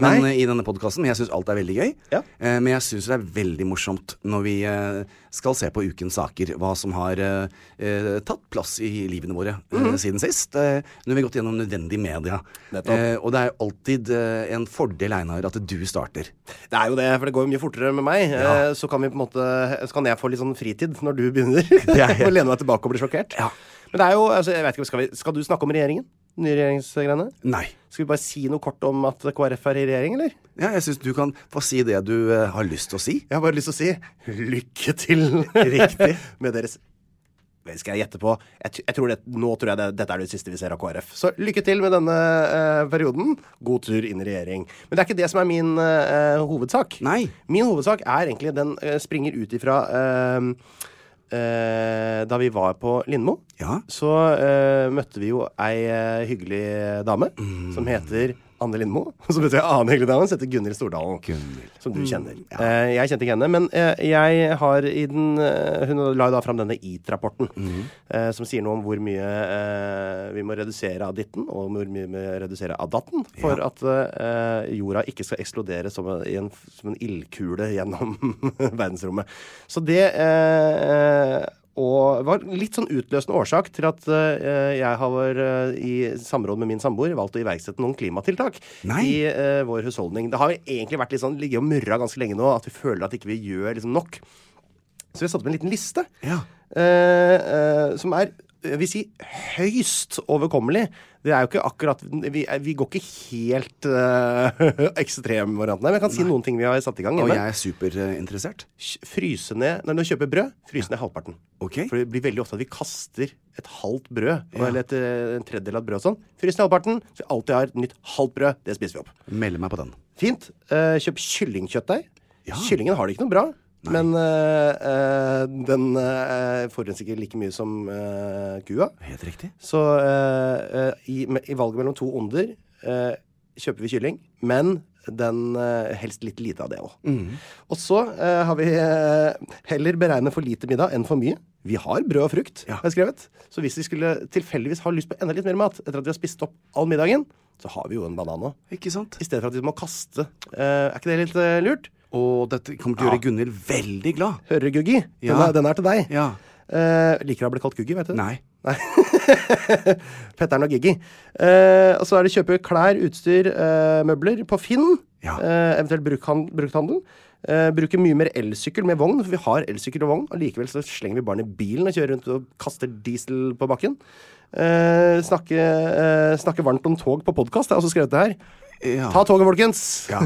Men, Nei. eh, i denne podkasten, men jeg syns alt er veldig gøy. Ja. Eh, men jeg syns det er veldig morsomt når vi eh, skal se på ukens saker, hva som har eh, eh, tatt plass i livene våre eh, siden sist. Eh, når vi har gått gjennom nødvendig media. Mhm. Nettopp. Eh, og det er jo alltid eh, en fordel, Einar, at du starter. Det er jo det, for det går jo mye fortere med meg. Ja. Eh, Så kan vi på en måte Så kan jeg få litt sånn fritid når du begynner. er helt- Og lene meg tilbake og bli sjokkert. Ja. Men det er jo altså, jeg vet ikke, skal, vi, skal du snakke om regjeringen? Nye regjeringsgreiene? Nei. Skal vi bare si noe kort om at KrF er i regjering, eller? Ja, jeg syns du kan få si det du eh, har lyst til å si. Jeg har bare lyst til å si lykke til Riktig. med deres Vel, Skal jeg gjette på jeg, t- jeg tror det, Nå tror jeg det, dette er det siste vi ser av KrF. Så lykke til med denne eh, perioden. God tur inn i regjering. Men det er ikke det som er min eh, hovedsak. Nei. Min hovedsak er egentlig Den eh, springer ut ifra eh, eh, da vi var på Lindmo, Ja. så eh, møtte vi jo ei eh, hyggelig dame som heter Anne Lindmo, som betyr aner egentlig navn, heter Gunhild Stordalen. Som du kjenner. Eh, jeg kjente ikke henne, men eh, jeg har i den eh, Hun la jo da fram denne EAT-rapporten, eh, som sier noe om hvor mye eh, vi må redusere av ditten, og hvor mye vi må redusere av datten, for at eh, jorda ikke skal eksplodere som en, i en- som en ildkule gjennom verdensrommet. Så det eh, eh, og var litt sånn utløsende årsak til at eh, jeg har eh, i samråd med min samboer valgt å iverksette noen klimatiltak Nei. i eh, vår husholdning. Det har jo egentlig vært litt sånn, ligget og murra ganske lenge nå at vi føler at ikke vi gjør liksom nok. Så vi har satt opp en liten liste Ja. eh, eh, som er jeg vil si høyst overkommelig. Det er jo ikke akkurat Vi, er- vi går ikke helt eh, ekstremvarianten her, men jeg kan si noen ting vi har satt i gang. Og hjemme jeg er superinteressert. kj- fryse ned Når du kjøper brød, fryse ned halvparten. Ok. For det blir veldig ofte at vi kaster et halvt brød, eller et, eh, en tredjedel av et brød og sånn. Frys ned halvparten, så vi alltid har et nytt halvt brød. Det spiser vi opp. Melder meg på den. Fint. Eh, kjøp kyllingkjøttdeig. Kyllingen har det ikke noe bra. Men eh, eh, den eh, forurenser ikke like mye som eh, kua. Helt riktig. Så eh, eh, i, me- i valget mellom to onder eh, kjøper vi kylling, men den eh, helst litt lite av det òg. Mm. Og så eh, har vi eh, heller beregne for lite middag enn for mye. Vi har brød og frukt, har jeg skrevet. Så hvis vi skulle tilfeldigvis ha lyst på enda litt mer mat etter at vi har spist opp all middagen, så har vi jo en banan nå. Ikke sant? I stedet for at vi må kaste. Eh, er ikke det litt eh, lurt? Og dette kommer til å gjøre Gunhild veldig glad. Hører Guggi? Ja. Den, er, den er til deg. Ja. Eh, liker du å bli kalt Guggi, vet du? Nei. Petteren og Giggi. Eh, og så er det kjøpe klær, utstyr, eh, møbler på Finn. Ja. Eh, eventuelt brukhan- brukthandel. Eh, bruke mye mer elsykkel med vogn, for vi har elsykkel og vogn. Og likevel så slenger vi barn i bilen og kjører rundt og kaster diesel på bakken. Eh, snakke, eh, snakke varmt om tog på podkast, har jeg også skrevet det her. Ja. Ta toget, folkens! Ja.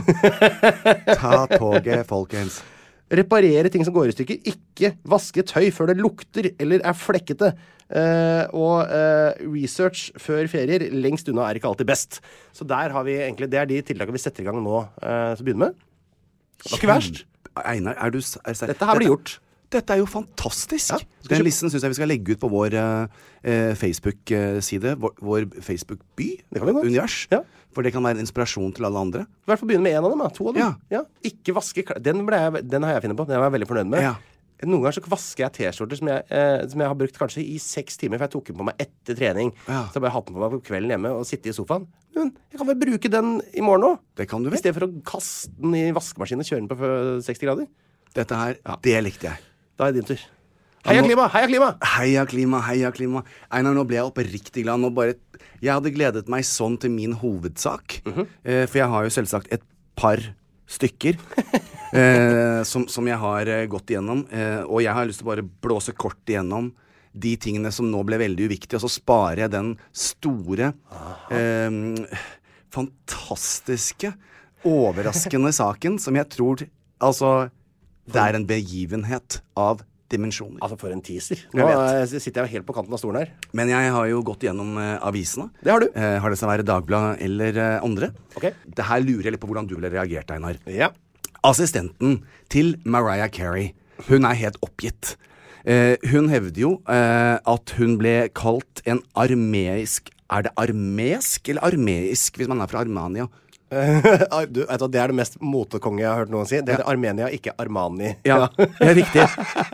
Ta toget, folkens. Reparere ting som går i stykker. Ikke vaske tøy før det lukter eller er flekkete. Eh, og eh, research før ferier lengst unna er ikke alltid best. Så der har vi egentlig, det er de tiltakene vi setter i gang nå eh, til å begynne med. Det var ikke verst. Einar, er du s- er ser- Dette her blir gjort. Dette er jo fantastisk! Ja, skal Den kjøpe- listen syns jeg vi skal legge ut på vår eh, eh, Facebook-side. Vår, vår Facebook-by. Det kan vi godt. Univers. Ja. For det kan være en inspirasjon til alle andre. I hvert fall begynne med én av dem. Da. To av dem. Ja. Ja. Ikke vaske klær. Den, ble jeg, den har jeg funnet på. Den var jeg veldig fornøyd med. Ja. Noen ganger så vasker jeg T-skjorter som, jeg, eh, som jeg har brukt kanskje i seks timer, for jeg tok den på meg etter trening. Ja. Så jeg bare hatt den på meg på kvelden hjemme og sitte i sofaen. Men jeg kan vel bruke den i morgen òg? Det kan du I vel? stedet for å kaste den i vaskemaskinen og kjøre den på fø- 60 grader. Dette her, det likte jeg. Da er det din tur. Heia nå- klima! Heia klima! Heia klima, heia klima. Einar, nå ble jeg oppriktig glad. Nå bare, jeg hadde gledet meg sånn til min hovedsak. eh, for jeg har jo selvsagt et par stykker eh, som, som jeg har eh, gått igjennom. Eh, og jeg har lyst til å bare blåse kort igjennom de tingene som nå ble veldig uviktige, og så sparer jeg den store, eh, fantastiske, overraskende saken som jeg tror Altså, det er en begivenhet av dimensjoner. Altså, for en teaser. Nå eh, vet. sitter jeg jo helt på kanten av stolen her. Men jeg har jo gått gjennom eh, avisene. Det har du. Eh, har det seg å være Dagbladet eller eh, andre. Ok. Det her lurer jeg litt på hvordan du ville reagert, Einar. Ja. Assistenten til Mariah Carey, hun er helt oppgitt. Eh, hun hevder jo eh, at hun ble kalt en armeisk Er det armesk eller armeisk hvis man er fra Armania? du, vet du, hva, det er det mest motekonge jeg har hørt noen si. Det heter Armenia, ikke Armani. Ja, det er riktig.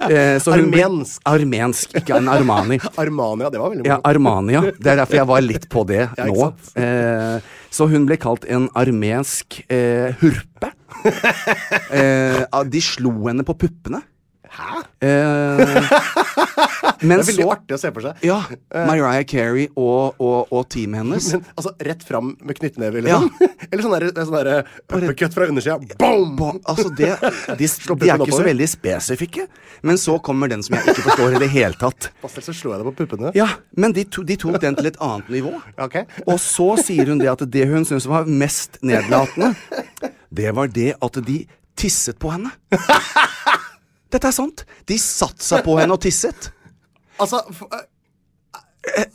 Eh, så hun ble- Armensk. Armensk, ikke en Armani. Armania, det var veldig Ja, moro. Armania. Det er derfor jeg var litt på det Ja, ikke nå. Eh, så hun ble kalt en armensk eh, hurpe. Eh, ah, de slo henne på puppene. Hæ? Eh, Det men er veldig så artig Eh. å se for seg. Ja. Mariah Carey og, og, og teamet hennes. Men, altså, rett fram med knyttneve, liksom? Eller sånn derre sånn der, uppercut fra undersida. Boom! Ba- Altså det, de, de puppene er ikke så oppover. veldig spesifikke. Men så kommer den som jeg ikke forstår i det hele tatt. Bastel, så slår jeg deg på puppene. Ja, Men de, to, de tok den til et annet nivå. Ok. Og så sier hun det at det hun syntes var mest nedlatende, det var det at de tisset på henne. Dette er sant. De satte seg på henne og tisset. Altså, f- eh,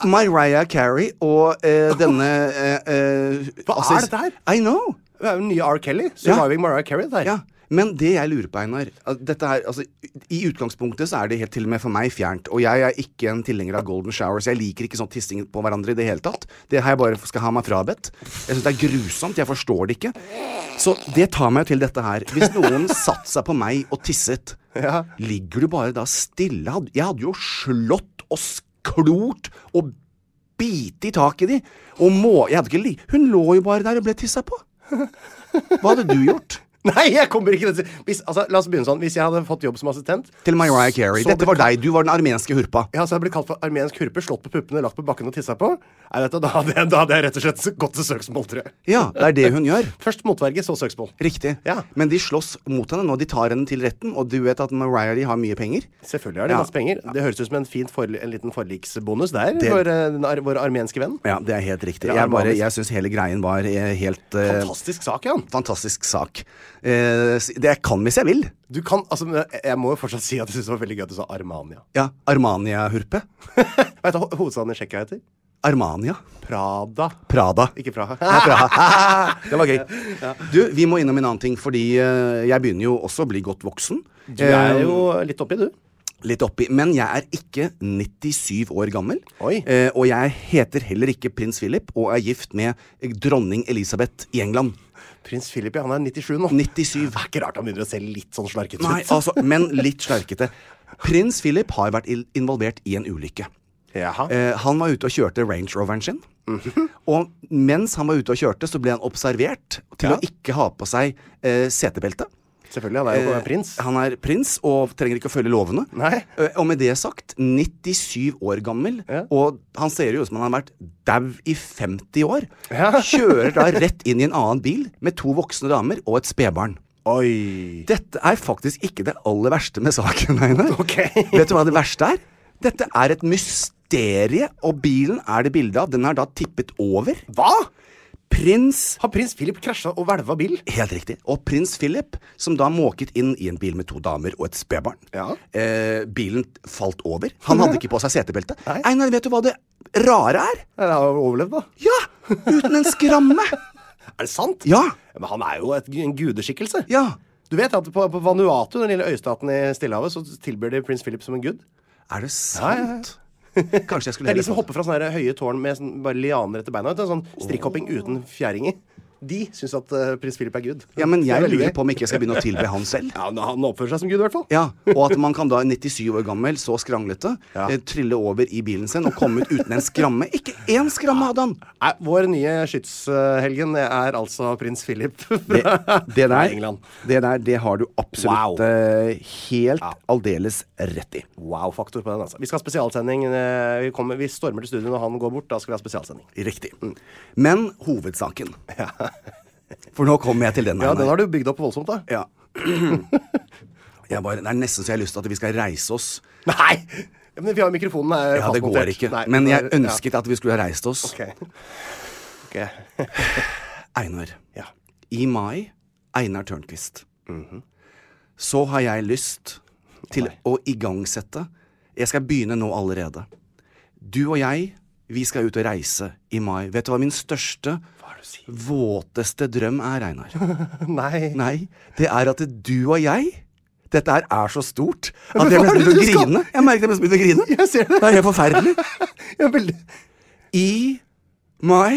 Mariah Carey og eh, denne eh, eh, Hva er assist- dette her? I know. det er jo den nye R. Kelly. Ja. Surviving Mariah Carey. Det her. Ja. Men det jeg lurer på, Einar at dette her, altså, I utgangspunktet så er det helt til og med for meg fjernt. Og jeg er ikke en tilhenger av golden showers. Jeg liker ikke sånn tissing på hverandre i det hele tatt. Det her jeg bare skal ha meg frabedt. Jeg syns det er grusomt. Jeg forstår det ikke. Så det tar meg jo til dette her. Hvis noen satte seg på meg og tisset, ligger du bare da stille? Had- Jeg hadde jo slått og klort og bite i taket i de. Og må, jeg hadde ikke li Hun lå jo bare der og ble tissa på. Hva hadde du gjort? Nei, jeg kommer ikke til hvis, altså, La oss begynne sånn. Hvis jeg hadde fått jobb som assistent Til Mariah Carey. Så Dette var deg. Du var den armenske hurpa. Ja, så jeg ble kalt for armensk hurpe, slått på puppene, lagt på bakken og tissa på. Nei, vet du, da, hadde jeg, da hadde jeg rett og slett gått til søksmål, tror jeg. Ja, det er det hun gjør. Først motverge, så søksmål. Riktig. Ja. Men de slåss mot henne nå. De tar henne til retten, og du vet at Mariah de har mye penger. Selvfølgelig er det Ja. masse penger. Det høres ut som en, fint forli- en liten forliksbonus der Det- for eh, den ar vår armenske venn. Ja, det er helt riktig. Det er Jeg, bare- magisk. jeg syns hele greien var eh, helt eh, Fantastisk sak, Jan. fantastisk sak. Eh, s- det jeg kan hvis jeg vil. Du kan, altså, men jeg- jeg må jo fortsatt si at jeg syns det var veldig gøy at du sa Armania. Ja. Armania-hurpe. Vet du hva ho- hovedstaden i Tsjekkia heter? Armania. Prada. Prada. Ikke Praha. Nei, bra. Det var gøy. Du, vi må innom en annen ting, fordi eh, jeg begynner jo også å bli godt voksen. Du Eh. er jo litt oppi, du. Litt oppi. Men jeg er ikke 97 år gammel. Oi. Eh, og jeg heter heller ikke prins Philip og er gift med eh, dronning Elisabeth i England. Prins Philip, ja, han er 97 nå. Det 97. er ikke rart han begynner å se litt sånn slarkete ut. Nei, altså, men litt slarkete. Prins Philip har vært il- involvert i en ulykke. Jaha. Eh, han var ute og kjørte Range Roveren sin. Mhm. Og mens han var ute og kjørte, så ble han observert til Ja. å ikke ha på seg eh, setebelte. Selvfølgelig, han er jo Eh, prins. Han er prins og trenger ikke å følge lovene. Nei. Eh, Og med det sagt, 97 år gammel, Ja. og han ser jo ut som han har vært dau i 50 år. Ja. Kjører da rett inn i en annen bil med to voksne damer og et spedbarn. Oi. Dette er faktisk ikke det aller verste med saken, Einar. Ok. Vet du hva det verste er? Dette er et mysterie, og bilen er det bilde av. Den er da tippet over. Hva? Prins Har prins Philip krasja og hvelva bil? Helt riktig. Og prins Philip, som da måket inn i en bil med to damer og et spedbarn. Ja. Eh, bilen falt over. Han hadde ikke på seg setebelte. Nei. Einar, vet du hva det rare er? Han har jo overlevd, da. Ja! Uten en skramme. Er det sant? Ja. Men han er jo et, en gudeskikkelse. Ja. Du vet at på, på Vanuatu, den lille øystaten i Stillehavet, så tilbyr de prins Philip som en gud. Er det sant? Kanskje jeg skulle Det er de heller som fått- hopper fra sånne her høye tårn med sånn, bare lianer etter beina. vet du, Sånn strikkhopping uten fjæring i. De syns at eh, prins Philip er gud. Ja, men Det er jeg veldig lurer gøy. på om ikke jeg skal begynne å tilbe han selv. Ja, men Han oppfører seg som gud, i hvert fall. Ja, Og at man kan da, 97 år gammel, så skranglete, eh, trille over i bilen sin og komme ut uten en skramme. Ikke én skramme hadde han! Nei, vår nye skytshelgen er altså prins Philip fra Det, Eh, fra det, der, England. det der, det har du Wow. absolutt eh, helt aldeles rett i. Wow-faktor på den, altså. Vi skal ha spesialsending. eh, Vi, kommer, vi stormer til studio når han går bort. Da skal vi ha spesialsending. Riktig. Mm. Men hovedsaken. For nå kommer jeg til den. Ja, Einar. den har du bygd opp voldsomt, da. Ja. jeg bare, det er nesten så jeg har lyst til at vi skal reise oss. Nei! Ja, Men vi har mikrofonen er Ja, det går ikke. Nei, Men jeg ja. ønsket at vi skulle ha reist oss. Ok. Ok. Einar. Ja. I mai Einar Tørnquist. Mhm. Så har jeg lyst til å igangsette Jeg skal begynne nå allerede. Du og jeg, vi skal ut og reise i mai. Vet du hva min største, våteste drøm er, Einar? Nei. Nei, det er at du og jeg Dette her er så stort at jeg hva nesten er det begynte å du skal? grine. Jeg merket jeg nesten begynte å grine. Jeg ser det. Det er helt forferdelig. Ja, vel, I mai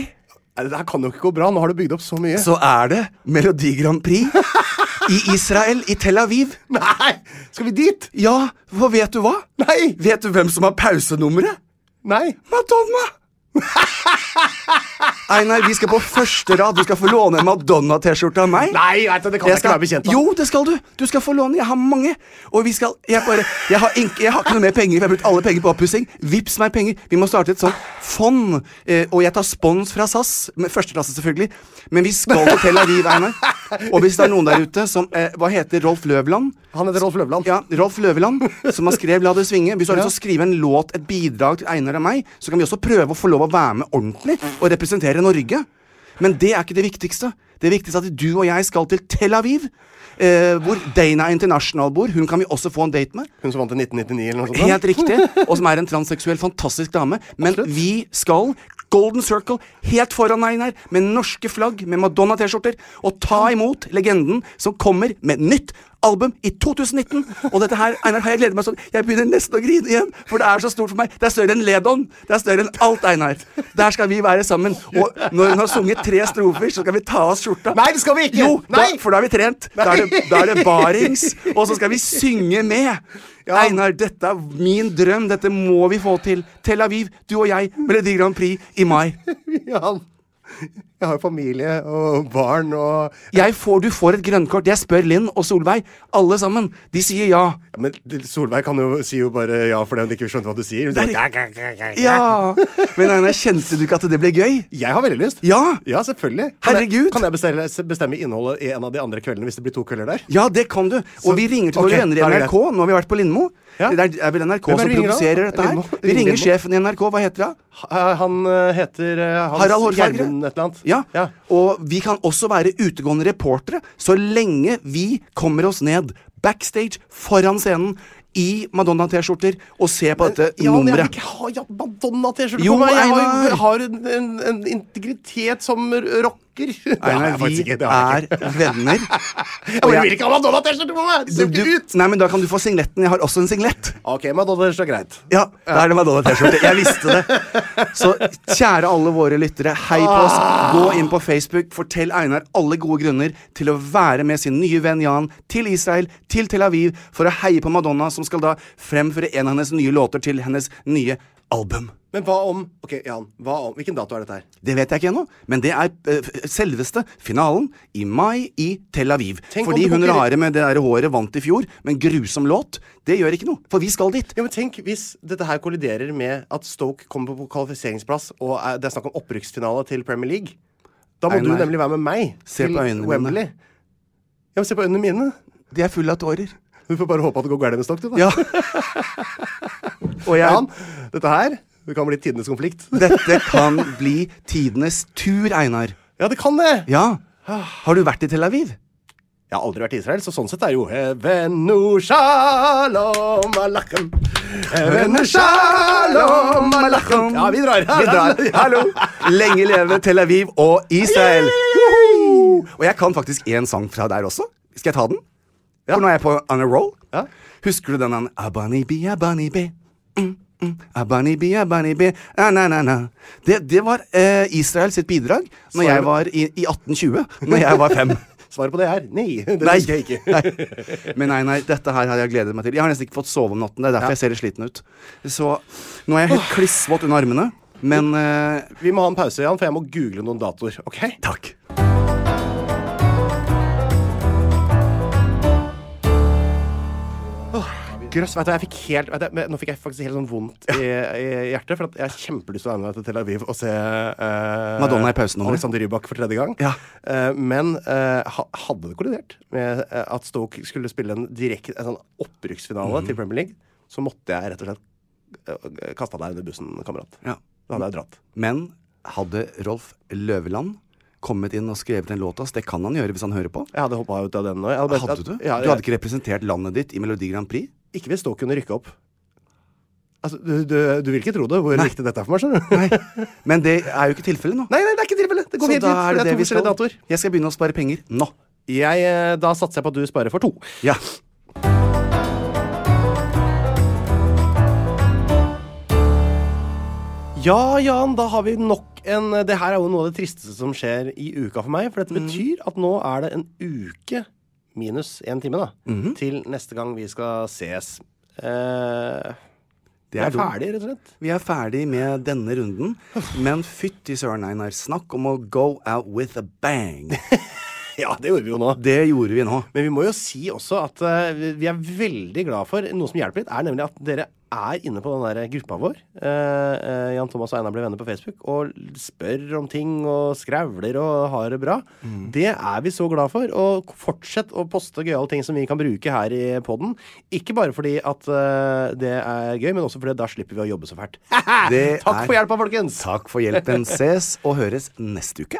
Nei, Det her kan jo ikke gå bra. Nå har du bygd opp så mye. så er det Melodi Grand Prix i Israel, i Tel Aviv. Nei! Skal vi dit? Ja, for vet du hva? Nei! Vet du hvem som har pausenummeret? Nei. Madonna! Einar, vi skal på første rad. Du skal få låne en Madonna-T-skjorte av meg. Nei, vet du, det kan jeg, ikke være bekjent av. Jo, det skal du. Du skal få låne. Jeg har mange. Og vi skal Jeg, bare, jeg, har, ink, jeg har ikke noe mer penger. for Jeg har brukt alle penger på oppussing. Vips meg penger. Vi må starte et sånt fond. Eh, og jeg tar spons fra SAS. Med førsteklasse, selvfølgelig. Men vi skal til Tel Aviv, Einar. Og hvis det er noen der ute som eh, Hva heter Rolf Løvland? Han heter Rolf Løvland. Ja, Rolf Løveland, som har skrevet 'La det svinge'. Hvis du har lyst til å skrive en låt, et bidrag til Einar og meg, så kan vi også prøve å få lov å være med ordentlig og representere Norge. Men det er ikke det viktigste. Det viktigste er at du og jeg skal til Tel Aviv, eh, hvor Dana International bor. Hun kan vi også få en date med. Hun som vant i 1999 eller noe sånt. da. Helt riktig. Og som er en transseksuell, fantastisk dame. Men vi skal Golden Circle helt foran deg inn her, med norske flagg, med Madonna-T-skjorter, og ta imot legenden som kommer med nytt album i 2019. Og dette her, Einar, har jeg gledet meg sånn Jeg begynner nesten å grine igjen, for det er så stort for meg. Det er større enn Ledon. Det er større enn alt, Einar. Der skal vi være sammen. Og når hun har sunget tre strofer, så skal vi ta av oss skjorta. Nei, det skal vi ikke. Jo, Nei. Da, for da har vi trent. Da er, det, da er det barings, og så skal vi synge med. Einar, dette er min drøm. Dette må vi få til. Tel Aviv, du og jeg, Melodi Grand Prix i mai. Ja, jeg har jo familie og barn og Jeg får, du får et grønnkort. Jeg spør Linn og Solveig. Alle sammen. De sier ja. ja, Men Solveig kan jo si jo bare ja fordi hun ikke skjønte hva du sier. Hun sier, Ja! Men Einar, kjente du ikke at det ble gøy? Jeg har veldig lyst. Ja. ja selvfølgelig. Herregud. Jeg, kan jeg bestemme, bestemme innholdet i en av de andre kveldene hvis det blir to kvelder der? Ja, det kan du. Og Så- vi ringer til våre ok, venner i da er det NRK. Nå har vi vært på Lindmo. Ja. Det er, er vel NRK Hvem er det som vi ringer da? produserer dette her. Lindmo? Vi ringer Lindmo? sjefen i NRK. Hva heter hun? Ha- Han eh, heter eh, Hans Harald Hårfagre. Gjermund et eller annet. Ja. Og vi kan også være utegående reportere så lenge vi kommer oss ned backstage foran scenen i Madonna-T-skjorter og ser på dette Ja, men jeg vil nummeret. ikke ha ja, Madonna-T-skjorte Jo, på meg! Jeg har, Einar. jeg har en, en, en integritet som r- rocker. Det har Einar, jeg vi faktisk ikke, det har jeg er ikke. venner. Jeg bare vil ikke ha Madonna-T-skjorte på meg! Det ser Du- jo ikke ut! nei, men da kan du få singletten. Jeg har også en singlett. Ok, Madonna-T-skjorte er greit. Ja, da er det Madonna-T-skjorte. Jeg visste det. Så kjære alle våre lyttere, hei på oss. Gå inn på Facebook. Fortell Einar alle gode grunner til å være med sin nye venn Jan til Israel, til Tel Aviv, for å heie på Madonna, som skal da fremføre en av hennes nye låter til hennes nye album. Men hva om Ok, Jan. Hva om, hvilken dato er dette her? Det vet jeg ikke ennå, men det er eh, f- selveste finalen i mai i Tel Aviv. Tenk om Fordi det hun konkurrer- rare med det der håret vant i fjor, men grusom låt, det gjør ikke noe, for vi skal dit. Ja, men Tenk hvis dette her kolliderer med at Stoke kommer på kvalifiseringsplass, og eh, det er snakk om opprykksfinale til Premier League. Da må Einar, du nemlig være med meg se til på øynene mine. Wembley. Ja, men se på øynene mine. De er fulle av tårer. Du får bare håpe at det går gærent med Stoke, du, da. Ja. Og jeg Jan, dette her det kan bli tidenes konflikt. Dette kan bli tidenes tur, Einar. Ja, det kan det! Ja. Har du vært i Tel Aviv? Jeg har aldri vært i Israel, så sånn sett er jo Hevenu shalom alachem. Hevenu shalom alachem. Ja, vi drar. Vi drar. Hallo. Lenge leve Tel Aviv og Israel. Woho! Og jeg kan faktisk én sang fra der også. Skal jeg ta den? For nå er jeg på on a roll. Ja. Husker du den han Abani bi, abani bi. Mm, mm. Abani bi, abani bi. Na, na, na, na. Det, det var eh, Israel sitt bidrag Når jeg var i, i 1820. Når jeg var fem. Svaret på det er nei. Det Nei. husker jeg ikke. Nei. Men nei, nei, dette her har jeg gledet meg til. Jeg har nesten ikke fått sove om natten. Det er derfor jeg ser litt sliten ut. Så nå er jeg helt klissvåt under armene, men eh, Vi må ha en pause, Jan, for jeg må google noen datoer. ok? takk. Grøss, vet du, jeg fikk helt, vet du, men Nå fikk jeg faktisk helt sånn vondt i, i hjertet. For at jeg har kjempelyst til å være med deg til Tel Aviv og se eh, Madonna i pausen, Omar. Alexander Rybak for tredje gang. Ja. Eh, men eh, ha, hadde det kollidert med eh, at Stoke skulle spille en direkte en sånn Mhm. opprykksfinale til Premier League, så måtte jeg rett og slett uh, kasta deg under bussen, kamerat. Ja. Da hadde jeg dratt. Men hadde Rolf Løveland kommet inn og skrevet en låt av oss? Det kan han gjøre hvis han hører på. Jeg hadde hoppa ut av den nå. Jeg bare- Hadde du? Ja, Du hadde ikke representert landet ditt i Melodi Grand Prix? Ikke hvis Stoke kunne rykke opp. Altså, du, du, du vil ikke tro det, hvor viktig dette er for meg, skjønner du. Nei. Men det er jo ikke tilfellet nå. Nei, nei, det er ikke tilfellet. Det går Så helt da fint. for er det to det vi forskjellige skal. datoer. Jeg skal begynne å spare penger nå. Jeg, eh, da satser jeg på at du sparer for to. Ja. Ja, Jan, da har vi nok en Det her er jo noe av det tristeste som skjer i uka for meg. For dette betyr at nå er det en uke minus én time, da. Til neste gang vi skal ses. Eh, Det jeg er dumt. ferdig, rett og slett. Vi er ferdig med denne runden, men fytti søren, Einar. Snakk om å go out with a bang. Ja, det gjorde vi jo nå. Det gjorde vi nå. Men vi må jo si også at eh, vi- vi er veldig glad for Noe som hjelper litt, er nemlig at dere er inne på den der gruppa vår. eh, eh, Jan Thomas og Einar blir venner på Facebook og l- spør om ting og skravler og har det bra. Mm. Det er vi så glad for. Og k- fortsett å poste gøyale ting som vi kan bruke her i poden. Ikke bare fordi at eh, det er gøy, men også fordi da slipper vi å jobbe så fælt. Det Takk for er- hjelpa, folkens! Takk for hjelpen. Ses og høres neste uke.